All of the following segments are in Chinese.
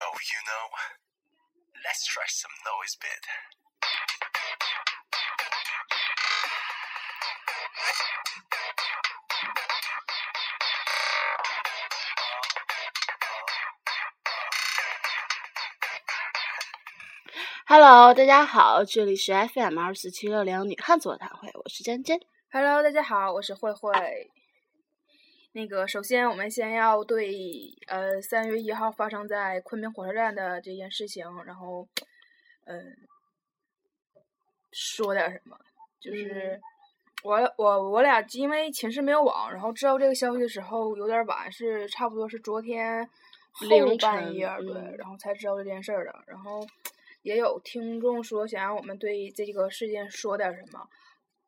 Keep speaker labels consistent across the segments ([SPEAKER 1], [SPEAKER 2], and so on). [SPEAKER 1] Oh, you know, let's try some noise bit.
[SPEAKER 2] Hello，大家好，这里是 FM 二四七六零女汉子座谈会，我是尖尖。
[SPEAKER 3] Hello，大家好，我是慧慧。那个，首先我们先要对呃三月一号发生在昆明火车站的这件事情，然后嗯、说点什么，
[SPEAKER 2] 嗯
[SPEAKER 3] 就是。我我我俩因为寝室没有网，然后知道这个消息的时候有点晚，是差不多是昨天后
[SPEAKER 2] 凌
[SPEAKER 3] 半
[SPEAKER 2] 晨
[SPEAKER 3] 夜儿，对，
[SPEAKER 2] 嗯
[SPEAKER 3] 然后才知道这件事儿的。然后也有听众说想让我们对这个事件说点什么，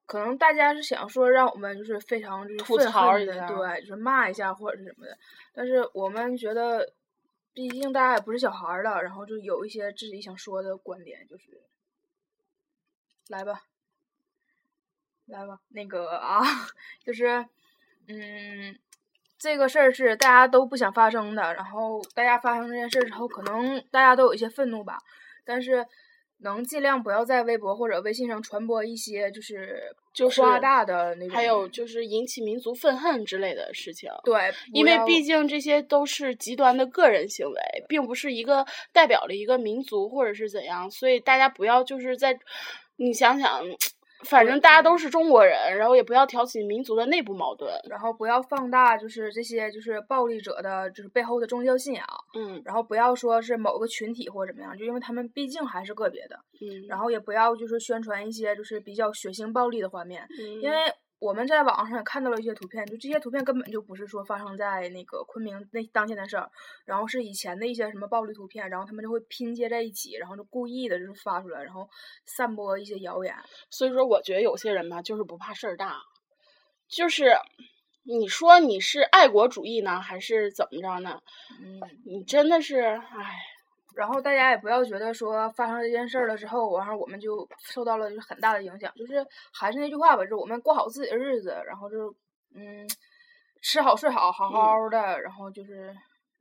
[SPEAKER 3] 可能大家是想说让我们就是非常就是
[SPEAKER 2] 吐
[SPEAKER 3] 愤
[SPEAKER 2] 槽
[SPEAKER 3] 恨
[SPEAKER 2] 一
[SPEAKER 3] 的
[SPEAKER 2] 下
[SPEAKER 3] 对，就是骂一下或者是什么的。但是我们觉得，毕竟大家也不是小孩儿了，然后就有一些自己想说的观点，就是来吧，来吧，那个啊， 就是，嗯，这个事儿是大家都不想发生的，然后大家发生这件事之后，可能大家都有一些愤怒吧，但是能尽量不要在微博或者微信上传播一些就是
[SPEAKER 2] 就是
[SPEAKER 3] 夸大的那种，
[SPEAKER 2] 还有就是引起民族愤恨之类的事情，
[SPEAKER 3] 对，
[SPEAKER 2] 因为
[SPEAKER 3] 不要
[SPEAKER 2] 毕竟这些都是极端的个人行为，并不是一个代表了一个民族或者是怎样，所以大家不要就是在，你想想，反正大家都是中国人，然后也不要挑起民族的内部矛盾。
[SPEAKER 3] 然后不要放大就是这些就是暴力者的就是背后的宗教信仰，
[SPEAKER 2] 嗯
[SPEAKER 3] 然后不要说是某个群体或者怎么样，就因为他们毕竟还是个别的，
[SPEAKER 2] 嗯，
[SPEAKER 3] 然后也不要就是宣传一些就是比较血腥暴力的画面，
[SPEAKER 2] 嗯
[SPEAKER 3] 因为我们在网上也看到了一些图片，就这些图片根本就不是说发生在那个昆明那当天的事儿，然后是以前的一些什么暴力图片，然后他们就会拼接在一起，然后就故意的就是发出来，然后散播一些谣言。
[SPEAKER 2] 所以说，我觉得有些人吧，就是不怕事儿大，就是你说你是爱国主义呢，还是怎么着呢？
[SPEAKER 3] 嗯，
[SPEAKER 2] 你真的是，唉，
[SPEAKER 3] 然后大家也不要觉得说发生这件事儿了之后，然后我们就受到了就是很大的影响。就是还是那句话吧，就是我们过好自己的日子，然后就是嗯，吃好睡好，好好
[SPEAKER 2] 嗯
[SPEAKER 3] 的，然后就是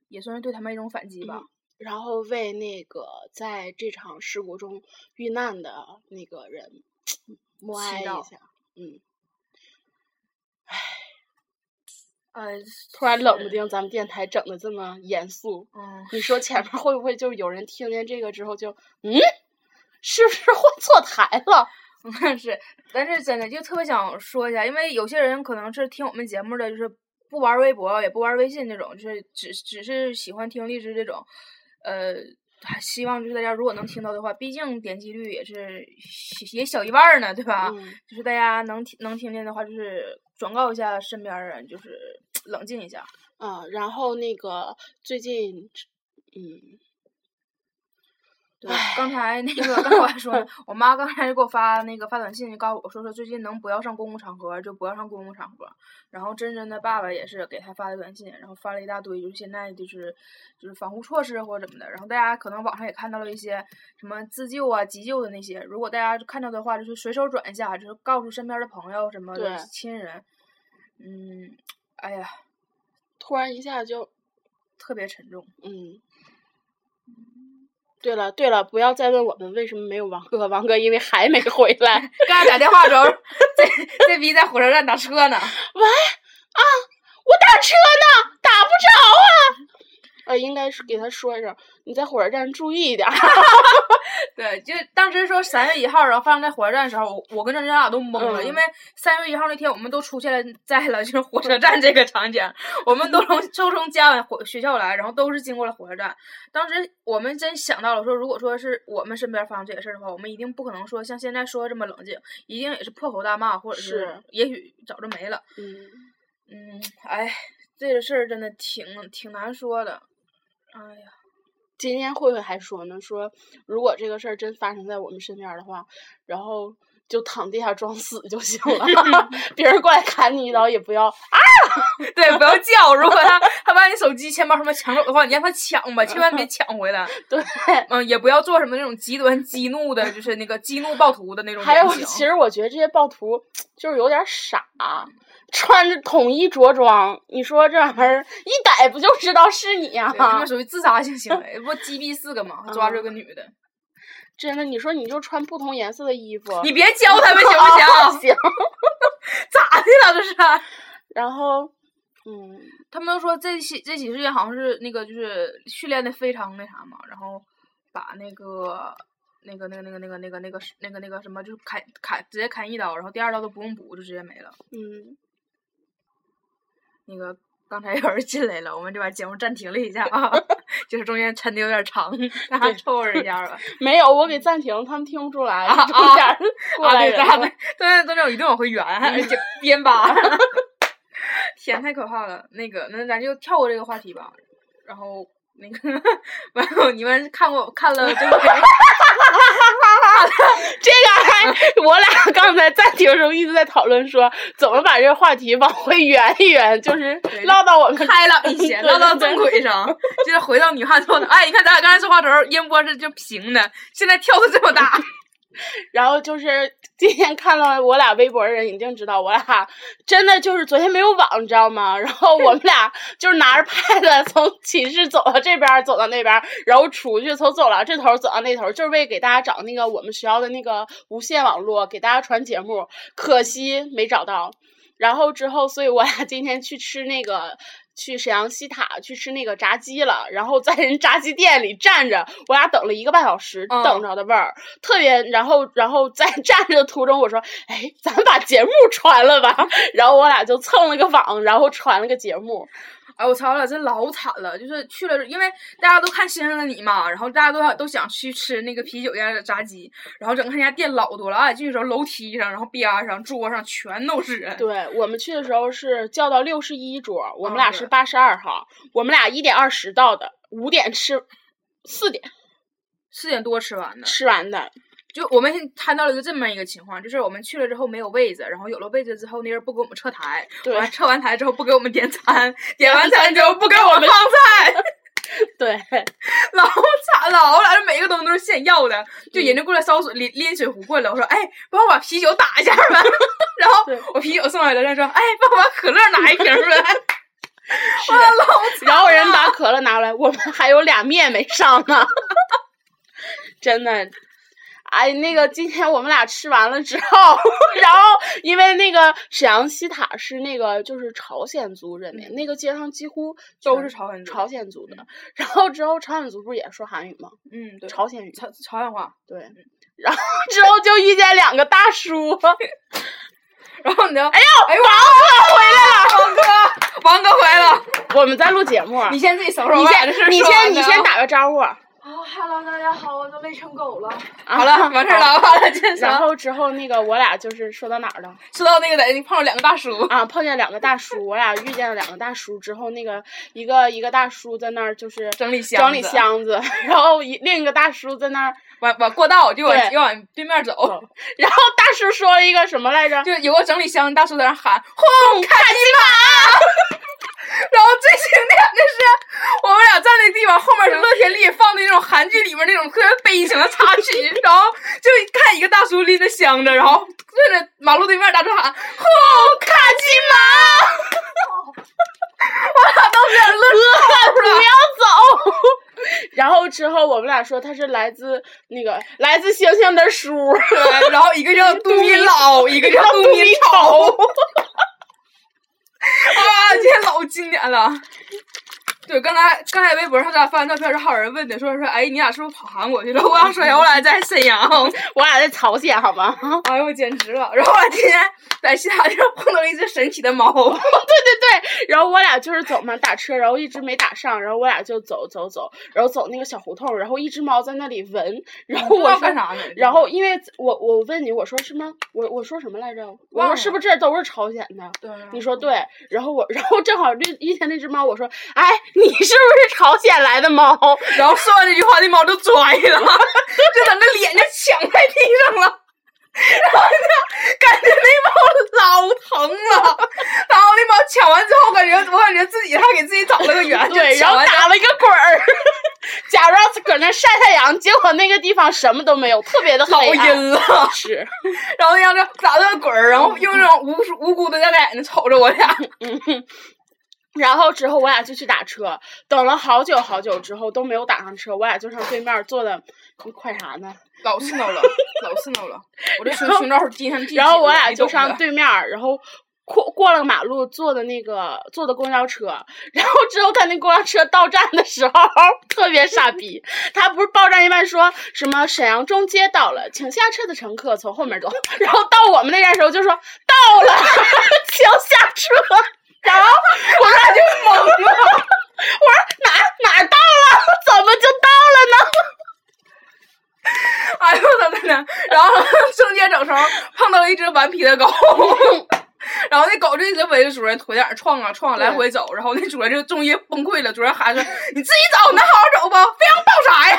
[SPEAKER 3] 也算是对他们一种反击吧。
[SPEAKER 2] 然后为那个在这场事故中遇难的那个人默
[SPEAKER 3] 祈
[SPEAKER 2] 哀一
[SPEAKER 3] 祷
[SPEAKER 2] 下。嗯，
[SPEAKER 3] 呃，
[SPEAKER 2] 哎突然冷不
[SPEAKER 3] 是
[SPEAKER 2] 丁咱们电台整的这么严肃，
[SPEAKER 3] 嗯，
[SPEAKER 2] 你说前面会不会就有人听见这个之后就嗯，是不 是换错台了？
[SPEAKER 3] 是，但是真的就特别想说一下，因为有些人可能是听我们节目的，就是不玩微博也不玩微信这种，就是只只是喜欢听荔枝这种，呃，还希望就是大家如果能听到的话，毕竟点击率也是也小一半儿呢，对吧？
[SPEAKER 2] 嗯，
[SPEAKER 3] 就是大家能听能听见的话，就是转告一下身边儿人，就是冷静一下。
[SPEAKER 2] 啊，然后那个最近，嗯，
[SPEAKER 3] 对，刚才那个刚才我还说呢，我妈刚才就给我发那个发短信，就告诉我说说最近能不要上公共场合就不要上公共场合。然后真真的爸爸也是给他发的短信，然后发了一大堆，就是现在就是就是防护措施或者怎么的。然后大家可能网上也看到了一些什么自救啊、急救的那些，如果大家看到的话，就是随手转一下，就是告诉身边的朋友什么的
[SPEAKER 2] 对
[SPEAKER 3] 亲人。嗯，哎呀，
[SPEAKER 2] 突然一下就
[SPEAKER 3] 特别沉重。
[SPEAKER 2] 嗯，对了对了，不要再问我们为什么没有王哥，王哥因为还没回来。
[SPEAKER 3] 刚才打电话的时候， 这这逼在火车站打车呢。
[SPEAKER 2] 我打车呢，打不着啊。呃，应该是给他说一声，你在火车站注意一点儿。
[SPEAKER 3] 对，就当时说三月一号，然后发生在火车站的时候，我我跟张真俩都懵了，
[SPEAKER 2] 嗯
[SPEAKER 3] 因为三月一号那天我们都出现了在了就是火车站这个场景，我们都从 都从家往火学校来，然后都是经过了火车站。当时我们真想到了说，如果说是我们身边发生这个事儿的话，我们一定不可能说像现在说的这么冷静，一定也是破口大骂，或者
[SPEAKER 2] 是
[SPEAKER 3] 也许早就没了。
[SPEAKER 2] 嗯，
[SPEAKER 3] 嗯，哎，这个事儿真的挺挺难说的，哎呀。
[SPEAKER 2] 今天慧慧还说呢，说如果这个事儿真发生在我们身边儿的话，然后就躺地下装死就行了， 别人过来砍你一刀也不要。
[SPEAKER 3] 对，不要叫。如果他他把你手机、钱包什么抢走的话，你让他抢吧，千万别抢回来。
[SPEAKER 2] 对，
[SPEAKER 3] 嗯，也不要做什么那种极端激怒的，就是那个激怒暴徒的那种
[SPEAKER 2] 还
[SPEAKER 3] 言
[SPEAKER 2] 有，
[SPEAKER 3] 行。
[SPEAKER 2] 其实我觉得这些暴徒就是有点傻，穿着统一着装，你说这玩意儿一逮不就知道是你
[SPEAKER 3] 对他
[SPEAKER 2] 啊
[SPEAKER 3] 们？属于自杀性行为，不击毙四个嘛，还抓着个女的，
[SPEAKER 2] 真的，你说你就穿不同颜色的衣服，
[SPEAKER 3] 你别教他们行 不
[SPEAKER 2] 啊
[SPEAKER 3] 行？
[SPEAKER 2] 行。
[SPEAKER 3] 咋的了这是？
[SPEAKER 2] 然后，嗯，
[SPEAKER 3] 他们说这起这起事件好像是那个就是训练的非常那啥嘛，然后把那个那个那个那个那个那个那个那个那个什么就是砍砍直接砍一刀，然后第二刀都不用补就直接没了。
[SPEAKER 2] 嗯，
[SPEAKER 3] 那个刚才有人进来了，我们就把节目暂停了一下 啊，就是中间抻的有点长，大家
[SPEAKER 2] 对
[SPEAKER 3] 凑合一下吧。
[SPEAKER 2] 没有，我给暂停，他们听不出来，
[SPEAKER 3] 啊
[SPEAKER 2] 中间儿过
[SPEAKER 3] 啊，
[SPEAKER 2] 来人
[SPEAKER 3] 对，大家
[SPEAKER 2] 了嗯
[SPEAKER 3] 都都都那种一顿往回圆，就编 吧。天，太可怕了。那个，那咱就跳过这个话题吧。然后那个，完后你们看过看了这个
[SPEAKER 2] 这个还，我俩刚才暂停的时候一直在讨论说，怎么把这个话题往回圆一圆，就是
[SPEAKER 3] 对
[SPEAKER 2] 唠到我们
[SPEAKER 3] 开朗一些，
[SPEAKER 2] 对
[SPEAKER 3] 落到
[SPEAKER 2] 对
[SPEAKER 3] 正
[SPEAKER 2] 对
[SPEAKER 3] 轨上，就是回到女汉子。哎，你看咱俩刚才说话的时候，音波是就平的，现在跳的这么大。
[SPEAKER 2] 然后就是今天看了我俩微博的人一定知道，我俩真的就是昨天没有网，你知道吗？然后我们俩就是拿着 pad 从寝室走到这边儿，走到那边儿，然后出去从走廊这头儿走到那头儿，就是为给大家找那个我们学校的那个无线网络，给大家传节目。可惜没找到。然后之后，所以我俩今天去吃那个。去沈阳西塔去吃那个炸鸡了，然后在人炸鸡店里站着，我俩等了一个半小时，
[SPEAKER 3] 嗯
[SPEAKER 2] 等着的味儿、特别。然后，然后在 站着的途中，我说：“哎，咱把节目传了吧。”然后我俩就蹭了个网，然后传了个节目。
[SPEAKER 3] 哎，我操了，真老惨了！就是去了，因为大家都看《新上的你》嘛，然后大家都想都想去吃那个啤酒店的炸鸡，然后整个他家店老多了，啊俺进去的时候楼梯上，然后边儿上、桌上全都是人。
[SPEAKER 2] 对我们去的时候是叫到六十一桌，我们
[SPEAKER 3] 啊
[SPEAKER 2] 俩
[SPEAKER 3] 对
[SPEAKER 2] 是八十二号，我们俩一点二十到的，五点吃，四点
[SPEAKER 3] 四点多吃完的，
[SPEAKER 2] 吃完的。
[SPEAKER 3] 就我们现摊到了一个这么一个情况，就是我们去了之后没有位子，然后有了位子之后，那人不给我们撤台，
[SPEAKER 2] 对
[SPEAKER 3] 完撤完台之后不给我们点餐，点完餐之后不给我们放菜。
[SPEAKER 2] 对，
[SPEAKER 3] 老惨了，我俩这每一个东西都是现要的，就人家过来烧水拎拎水壶过来，我说哎，帮我把啤酒打一下吧， 然后
[SPEAKER 2] 对
[SPEAKER 3] 我啤酒送来了，他说哎，帮我把可乐拿一瓶 儿来，
[SPEAKER 2] 是。然后人把可乐拿来，我们还有俩面没上呢， 真的。哎，那个今天我们俩吃完了之后， 然后因为那个沈阳西塔是那个就是朝鲜族人民，那个街上几乎
[SPEAKER 3] 嗯都
[SPEAKER 2] 全
[SPEAKER 3] 是朝鲜族
[SPEAKER 2] 朝鲜族的。 然后之后朝鲜族不是也说韩语吗？
[SPEAKER 3] 嗯，对，嗯
[SPEAKER 2] 朝鲜语
[SPEAKER 3] 朝朝鲜话。
[SPEAKER 2] 对。然后之后就遇见两个大叔，
[SPEAKER 3] 然后你知道，哎呦，哎呦，王哥回来了，王哥，王哥回来了，
[SPEAKER 2] 我们在录节目，
[SPEAKER 3] 你先自己搜搜，
[SPEAKER 2] 啊你
[SPEAKER 3] 我俩这事
[SPEAKER 2] 先
[SPEAKER 3] 儿
[SPEAKER 2] 你
[SPEAKER 3] 说完
[SPEAKER 2] 先你
[SPEAKER 3] 了
[SPEAKER 2] 先打个招呼，
[SPEAKER 4] 啊哈喽，大家好，我都累成狗了。
[SPEAKER 3] 啊 好了，完事儿了，完了，这
[SPEAKER 2] 然
[SPEAKER 3] 啥？
[SPEAKER 2] 后之后那个我俩就是说到哪儿了？
[SPEAKER 3] 说到那个在碰上两个大叔，
[SPEAKER 2] 啊，碰见两个大叔，我俩遇见了两个大叔之后，那个一个一个大叔在那儿就是
[SPEAKER 3] 整理箱
[SPEAKER 2] 整理
[SPEAKER 3] 子
[SPEAKER 2] 箱子，然后一另一个大叔在那儿，
[SPEAKER 3] 往往过道就往
[SPEAKER 2] 对
[SPEAKER 3] 就往对面走。
[SPEAKER 2] 然后大叔说了一个什么来着？
[SPEAKER 3] 就有个整理箱大叔在那喊“轰开鸡巴”， 然后最经典的是我们俩站那地方，后面是乐天丽放的那种韩剧里面那种特别悲情的插 曲，然后就看一个大叔拎着箱子，然后对着马路对面大叔喊“轰开鸡巴”，我俩当时有点乐
[SPEAKER 2] 不
[SPEAKER 3] 出来了。
[SPEAKER 2] 要走。然后之后我们俩说他是来自那个来自星星的叔，
[SPEAKER 3] 对，然后 一个叫杜米老，一个叫杜
[SPEAKER 2] 杜
[SPEAKER 3] 米
[SPEAKER 2] 米
[SPEAKER 3] 丑。啊，今天老经典了。 对，刚才刚才微博上咱俩发完照片时，还有人问的，说说，哎，你俩是不是跑韩国去了？我俩说，哎，我俩在沈阳。
[SPEAKER 2] 我俩在朝鲜好吗？
[SPEAKER 3] 哎呦，简直了！然后我今天在西塔这碰到了一只神奇的猫，
[SPEAKER 2] 对对对，然后我俩就是走嘛，打车，然后一直没打上，然后我俩就走走走，然后走那个小胡同，然后一只猫在那里闻，然后
[SPEAKER 3] 不知
[SPEAKER 2] 我
[SPEAKER 3] 道
[SPEAKER 2] 说
[SPEAKER 3] 干啥呢？
[SPEAKER 2] 然后因为我我问你，我说什么？我我说什么来着？我
[SPEAKER 3] 忘
[SPEAKER 2] 说
[SPEAKER 3] 了
[SPEAKER 2] 是不是这都是朝鲜的？
[SPEAKER 3] 对啊
[SPEAKER 2] 你说对，然后我，然后正好那一天那只猫，我说，哎，你是不是朝鲜来的猫？
[SPEAKER 3] 然后说完这句话，那猫就拽了，就把那脸就抢在地上了。感觉那猫老疼了。然后那猫抢完之后，感觉我感觉自己还给自己找了 个圆，
[SPEAKER 2] 对，然
[SPEAKER 3] 就抢
[SPEAKER 2] 后
[SPEAKER 3] 完之
[SPEAKER 2] 打了一个滚儿，假装搁那晒太阳，结果那个地方什么都没有，特别的
[SPEAKER 3] 后
[SPEAKER 2] 黑
[SPEAKER 3] 老
[SPEAKER 2] 暗。
[SPEAKER 3] 阴了。
[SPEAKER 2] 是，
[SPEAKER 3] 然后那样就打了个滚儿，然后用那种无数无辜的大眼睛瞅着我俩。
[SPEAKER 2] 然后之后我俩就去打车，等了好久好久之后都没有打上车，我俩就上对面坐的，你快啥呢？
[SPEAKER 3] 老刺挠了，老刺挠了，我这
[SPEAKER 2] 然后
[SPEAKER 3] 罩滴上地
[SPEAKER 2] 然后我俩
[SPEAKER 3] 你
[SPEAKER 2] 就
[SPEAKER 3] 懂的
[SPEAKER 2] 上对面儿，然后过过了马路坐的那个坐的公交车，然后之后他那公交车到站的时候 特别傻逼，他不是报站一半说什么沈阳中街到了，请下车的乘客从后面走， 然后到我们那站的时候就说到了， 请下车，然后我们俩就懵了，我说哪哪儿到了，怎么就到了呢？
[SPEAKER 3] 哎呦我的天！然后 中间整时候碰到了一只顽皮的狗， 然后那狗就一直围着主人腿在那儿撞啊撞啊，
[SPEAKER 2] 对
[SPEAKER 3] 来回走。然后那主人就终于崩溃了，主人喊说：“你自己走，你能好好走不？非要抱啥呀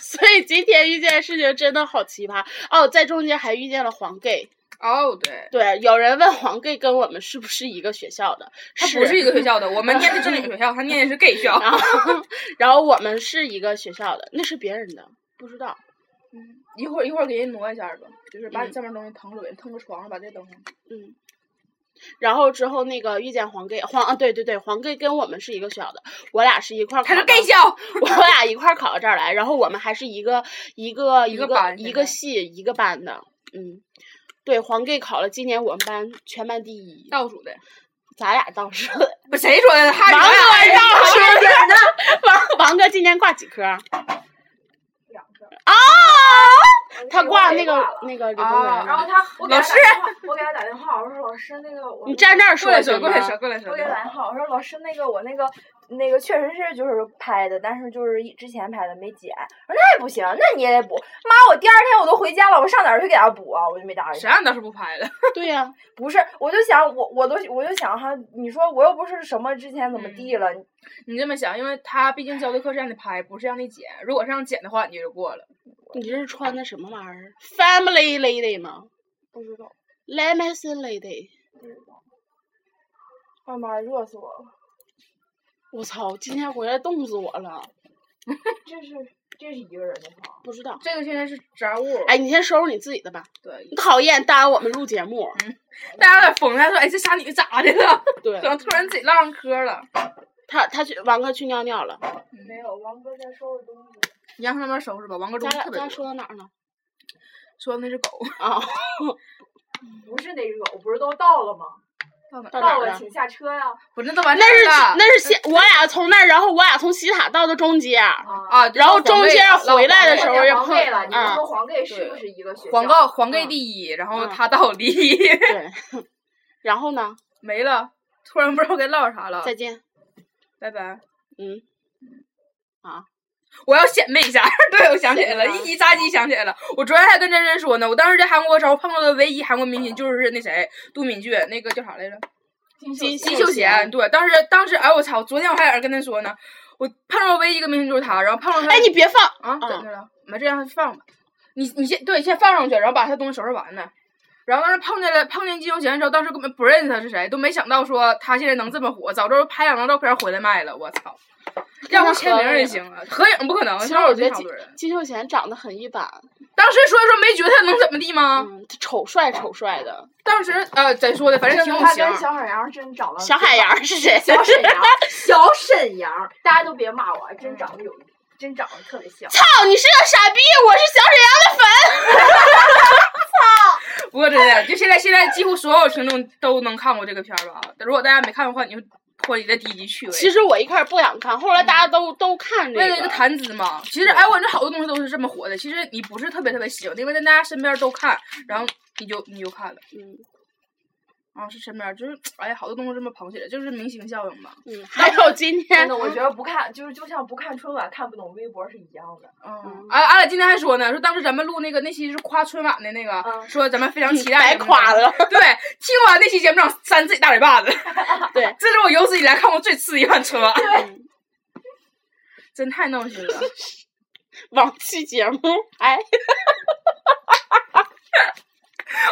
[SPEAKER 2] 所以今天遇见的事情真的好奇葩哦，在中间还遇见了黄 gay。？”
[SPEAKER 3] 哦，对，
[SPEAKER 2] 对，有人问黄 gay 跟我们是不是一个学校的？
[SPEAKER 3] 他不是一个学校的，我们念的正经学校，他念的是 gay 学 校。
[SPEAKER 2] 然后，然后我们是一个学校的，那是别人的，不知道。
[SPEAKER 3] 一会儿一会儿给人挪一下吧，就是把你
[SPEAKER 2] 嗯
[SPEAKER 3] 上面东西腾出来，腾个床上把这东西。
[SPEAKER 2] 嗯。然后之后那个遇见黄 gay，黄啊对对对，黄 gay 跟我们是一个学校的，我俩是一块儿考
[SPEAKER 3] 他
[SPEAKER 2] 到。
[SPEAKER 3] 是 gay 校，
[SPEAKER 2] 我俩一块儿考到这儿来，然后我们还是一个一个
[SPEAKER 3] 一
[SPEAKER 2] 一
[SPEAKER 3] 个
[SPEAKER 2] 个
[SPEAKER 3] 班
[SPEAKER 2] 一
[SPEAKER 3] 现
[SPEAKER 2] 个
[SPEAKER 3] 在
[SPEAKER 2] 系一个班的，嗯。对，黄 gay 考了今年我们班全班第一，
[SPEAKER 3] 倒数的。
[SPEAKER 2] 咱俩当 时
[SPEAKER 3] 不，谁说的？他
[SPEAKER 2] 王哥
[SPEAKER 3] 俩
[SPEAKER 2] 也倒数
[SPEAKER 3] 的。
[SPEAKER 2] 王王哥今年挂几科？
[SPEAKER 4] 两个。
[SPEAKER 2] 啊，他
[SPEAKER 4] 我
[SPEAKER 2] 挂
[SPEAKER 4] 给
[SPEAKER 2] 那个
[SPEAKER 4] 挂了
[SPEAKER 2] 那个李
[SPEAKER 3] 啊
[SPEAKER 2] 公
[SPEAKER 4] 然后
[SPEAKER 2] 园，
[SPEAKER 4] 他，我给他
[SPEAKER 3] 老师
[SPEAKER 4] 打电话，我给他打电话，我说老师那个我，
[SPEAKER 2] 你站这儿
[SPEAKER 3] 过
[SPEAKER 2] 说
[SPEAKER 3] 来
[SPEAKER 2] 行
[SPEAKER 3] 说，
[SPEAKER 2] 吗
[SPEAKER 3] 过来说，过来
[SPEAKER 4] 我
[SPEAKER 3] 说
[SPEAKER 4] 给。他打电话，我说老师那个我那个那个确实是就是拍的，但是就是一之前拍的没剪，我说那也不行，那你也得补。妈，我第二天我都回家了，我上哪儿去给他补啊？我就没答应
[SPEAKER 3] 谁。让你当时不拍的？
[SPEAKER 2] 对呀、
[SPEAKER 4] 不是，我就想我我都我就想哈，你说我又不是什么之前怎么地了，
[SPEAKER 3] 你这么想，因为他毕竟教的课是让你拍，不是让你剪。如果是让剪的话，你就过了。
[SPEAKER 2] 你这是穿的什么玩意儿？Family lady 吗
[SPEAKER 4] 不知道。
[SPEAKER 2] ？Lemon lady。
[SPEAKER 4] 哎妈呀，热死我了！
[SPEAKER 2] 我操，今天回来冻死我了，
[SPEAKER 4] 这是这是一个人的吗？
[SPEAKER 2] 不知道。
[SPEAKER 3] 这个现在是杂物。
[SPEAKER 2] 哎，你先收拾你自己的吧，
[SPEAKER 3] 对
[SPEAKER 2] 你，讨厌耽误我们录节目。
[SPEAKER 3] 嗯大家有点疯了，说：“哎，这傻女咋的 了？
[SPEAKER 2] 对
[SPEAKER 3] 怎，么突然自己唠上嗑了
[SPEAKER 2] 他他去王哥去尿尿了，
[SPEAKER 4] 没有，王哥在收拾东西。？”
[SPEAKER 3] 你让他慢慢收拾吧。王哥中
[SPEAKER 2] 咱
[SPEAKER 3] 午
[SPEAKER 2] 俩
[SPEAKER 3] 特别
[SPEAKER 2] 咱
[SPEAKER 3] 多
[SPEAKER 2] 说到哪儿呢？
[SPEAKER 3] 说那只狗
[SPEAKER 2] 啊、
[SPEAKER 4] 不是那个，我不是都到了吗？
[SPEAKER 3] 到哪
[SPEAKER 2] 到
[SPEAKER 3] 儿？
[SPEAKER 2] 哪
[SPEAKER 4] 到
[SPEAKER 2] 儿
[SPEAKER 4] 了，
[SPEAKER 2] 了？
[SPEAKER 4] 请下车呀、
[SPEAKER 3] 我那都完事
[SPEAKER 2] 啊那是
[SPEAKER 3] 儿了。
[SPEAKER 2] 那是西，我俩从那儿，然后我俩从西塔到的中街，
[SPEAKER 4] 啊！
[SPEAKER 3] 啊，
[SPEAKER 2] 然后中间回来的
[SPEAKER 4] 过
[SPEAKER 2] 时候
[SPEAKER 4] 年
[SPEAKER 2] 也
[SPEAKER 4] 黄
[SPEAKER 2] 碰
[SPEAKER 4] 盖了，你们
[SPEAKER 2] 啊
[SPEAKER 4] 说黄盖是不是一个学校？
[SPEAKER 3] 广告黄盖
[SPEAKER 2] 嗯
[SPEAKER 3] 第一，然后
[SPEAKER 2] 嗯
[SPEAKER 3] 他到第一
[SPEAKER 2] 对。然后呢？
[SPEAKER 3] 没了，突然不知道该唠啥了。
[SPEAKER 2] 再见。
[SPEAKER 3] 拜拜。
[SPEAKER 2] 嗯。啊。
[SPEAKER 3] 我要显摆一下， 对，我想起来了，
[SPEAKER 2] 显摆啊
[SPEAKER 3] 一级炸鸡想起来了。我昨天还跟真真说呢，我当时在韩国的时候碰到的唯一韩国明星就是那谁杜敏俊，那个叫啥来着？
[SPEAKER 2] 金
[SPEAKER 3] 金
[SPEAKER 2] 秀
[SPEAKER 3] 秀贤。
[SPEAKER 2] 贤。
[SPEAKER 3] 对，当时当时，哎我操！昨天我还在那跟他说呢，我碰到唯一一个明星就是他，然后碰到他，
[SPEAKER 2] 哎，你别放，
[SPEAKER 3] 啊，
[SPEAKER 2] 嗯
[SPEAKER 3] 怎的了？没这样放吧。你你先对，先放上去，然后把他东西收拾完呢。然后当时碰见了碰见金秀贤的时候，当时根本不认识他是谁，都没想到说他现在能这么火，早知道拍两张照片回来卖了，我操！让我签名儿也行啊，合影不可能。
[SPEAKER 2] 其实
[SPEAKER 3] 那
[SPEAKER 2] 我
[SPEAKER 3] 有
[SPEAKER 2] 觉得
[SPEAKER 3] 多少
[SPEAKER 2] 金
[SPEAKER 3] 个人
[SPEAKER 2] 金秀贤长得很一般，
[SPEAKER 3] 当时说一说没觉得他能怎么地吗？
[SPEAKER 2] 嗯，他丑帅丑帅的。
[SPEAKER 3] 当时呃咋说的，反正挺有
[SPEAKER 4] 他
[SPEAKER 3] 型儿
[SPEAKER 4] 跟。小沈阳真长得
[SPEAKER 2] 啊小海洋是谁？
[SPEAKER 4] 小沈阳，小沈阳，大家都别骂我，真长得有，真长得特别像。
[SPEAKER 2] 操，你是个傻逼！我是小沈阳的粉。
[SPEAKER 3] 不过真的，就现在现在几乎所有听众都能看过这个片儿吧？啊如果大家没看过的话，你就脱离了低级趣味。
[SPEAKER 2] 其实我一开始不想看，后来大家都都看这
[SPEAKER 3] 为了一个
[SPEAKER 2] 个。嗯
[SPEAKER 3] 谈资嘛，其实哎，我感觉好多东西都是这么火的。其实你不是特别特别喜欢，因为在大家身边都看，然后你就你就看了，
[SPEAKER 2] 嗯
[SPEAKER 3] 然后是身边就是哎呀，好多东西这么捧起来，就是明星效应吧。
[SPEAKER 2] 嗯，还有今
[SPEAKER 4] 真
[SPEAKER 2] 天
[SPEAKER 4] 的，我觉得不看就是就像不看春晚看不懂微博是一样的。
[SPEAKER 3] 嗯，哎，俺俩今天还说呢，说当时咱们录那个那期是夸春晚的那个，
[SPEAKER 4] 嗯
[SPEAKER 3] 说咱们非常
[SPEAKER 2] 嗯
[SPEAKER 3] 期待。
[SPEAKER 2] 白夸。了。
[SPEAKER 3] 对，听完那期节目，让我扇自己大嘴巴子。
[SPEAKER 2] 对，
[SPEAKER 3] 这是我有史以来看过最刺激一版 春晚，
[SPEAKER 2] 嗯
[SPEAKER 3] 真太闹心了。
[SPEAKER 2] 往期节目，哎，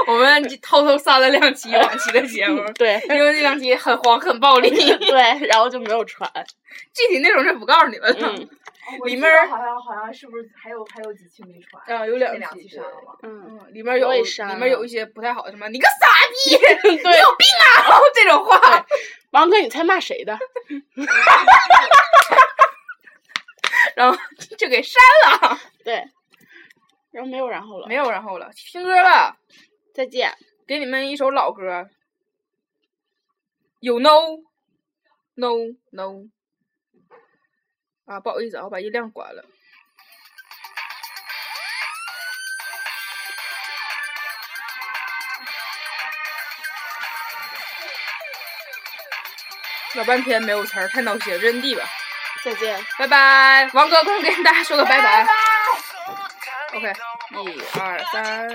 [SPEAKER 3] 我们偷偷删了两期往期的节 目，
[SPEAKER 2] 对
[SPEAKER 3] 因为这两期很黄很暴 力，
[SPEAKER 2] 对，然后就没有传。
[SPEAKER 3] 具体内容就不告诉你们了。
[SPEAKER 2] 嗯
[SPEAKER 3] 里
[SPEAKER 4] 里
[SPEAKER 3] 面儿
[SPEAKER 4] 面好像好像是不是还有还有几期没传？
[SPEAKER 3] 啊有两
[SPEAKER 4] 那两
[SPEAKER 3] 期
[SPEAKER 4] 期删了吧？
[SPEAKER 2] 嗯，
[SPEAKER 3] 嗯里面有
[SPEAKER 2] 我也删
[SPEAKER 3] 里面有
[SPEAKER 2] 了
[SPEAKER 3] 一些不太好的，什么你个傻逼， 你
[SPEAKER 2] 对，
[SPEAKER 3] 有病啊这种话，
[SPEAKER 2] 王哥，你猜骂谁的？
[SPEAKER 3] 然后就给删了，
[SPEAKER 2] 对，然后没有然后了
[SPEAKER 3] 没。有然后了，听歌了，
[SPEAKER 2] 再见。
[SPEAKER 3] 给你们一首老歌，有 no no no 啊，不好意思啊，我把音量关了。老半天没有词儿，太闹心，认地吧，
[SPEAKER 2] 再见。
[SPEAKER 3] 拜拜，王哥，快跟大家说个拜拜。OK，一二三。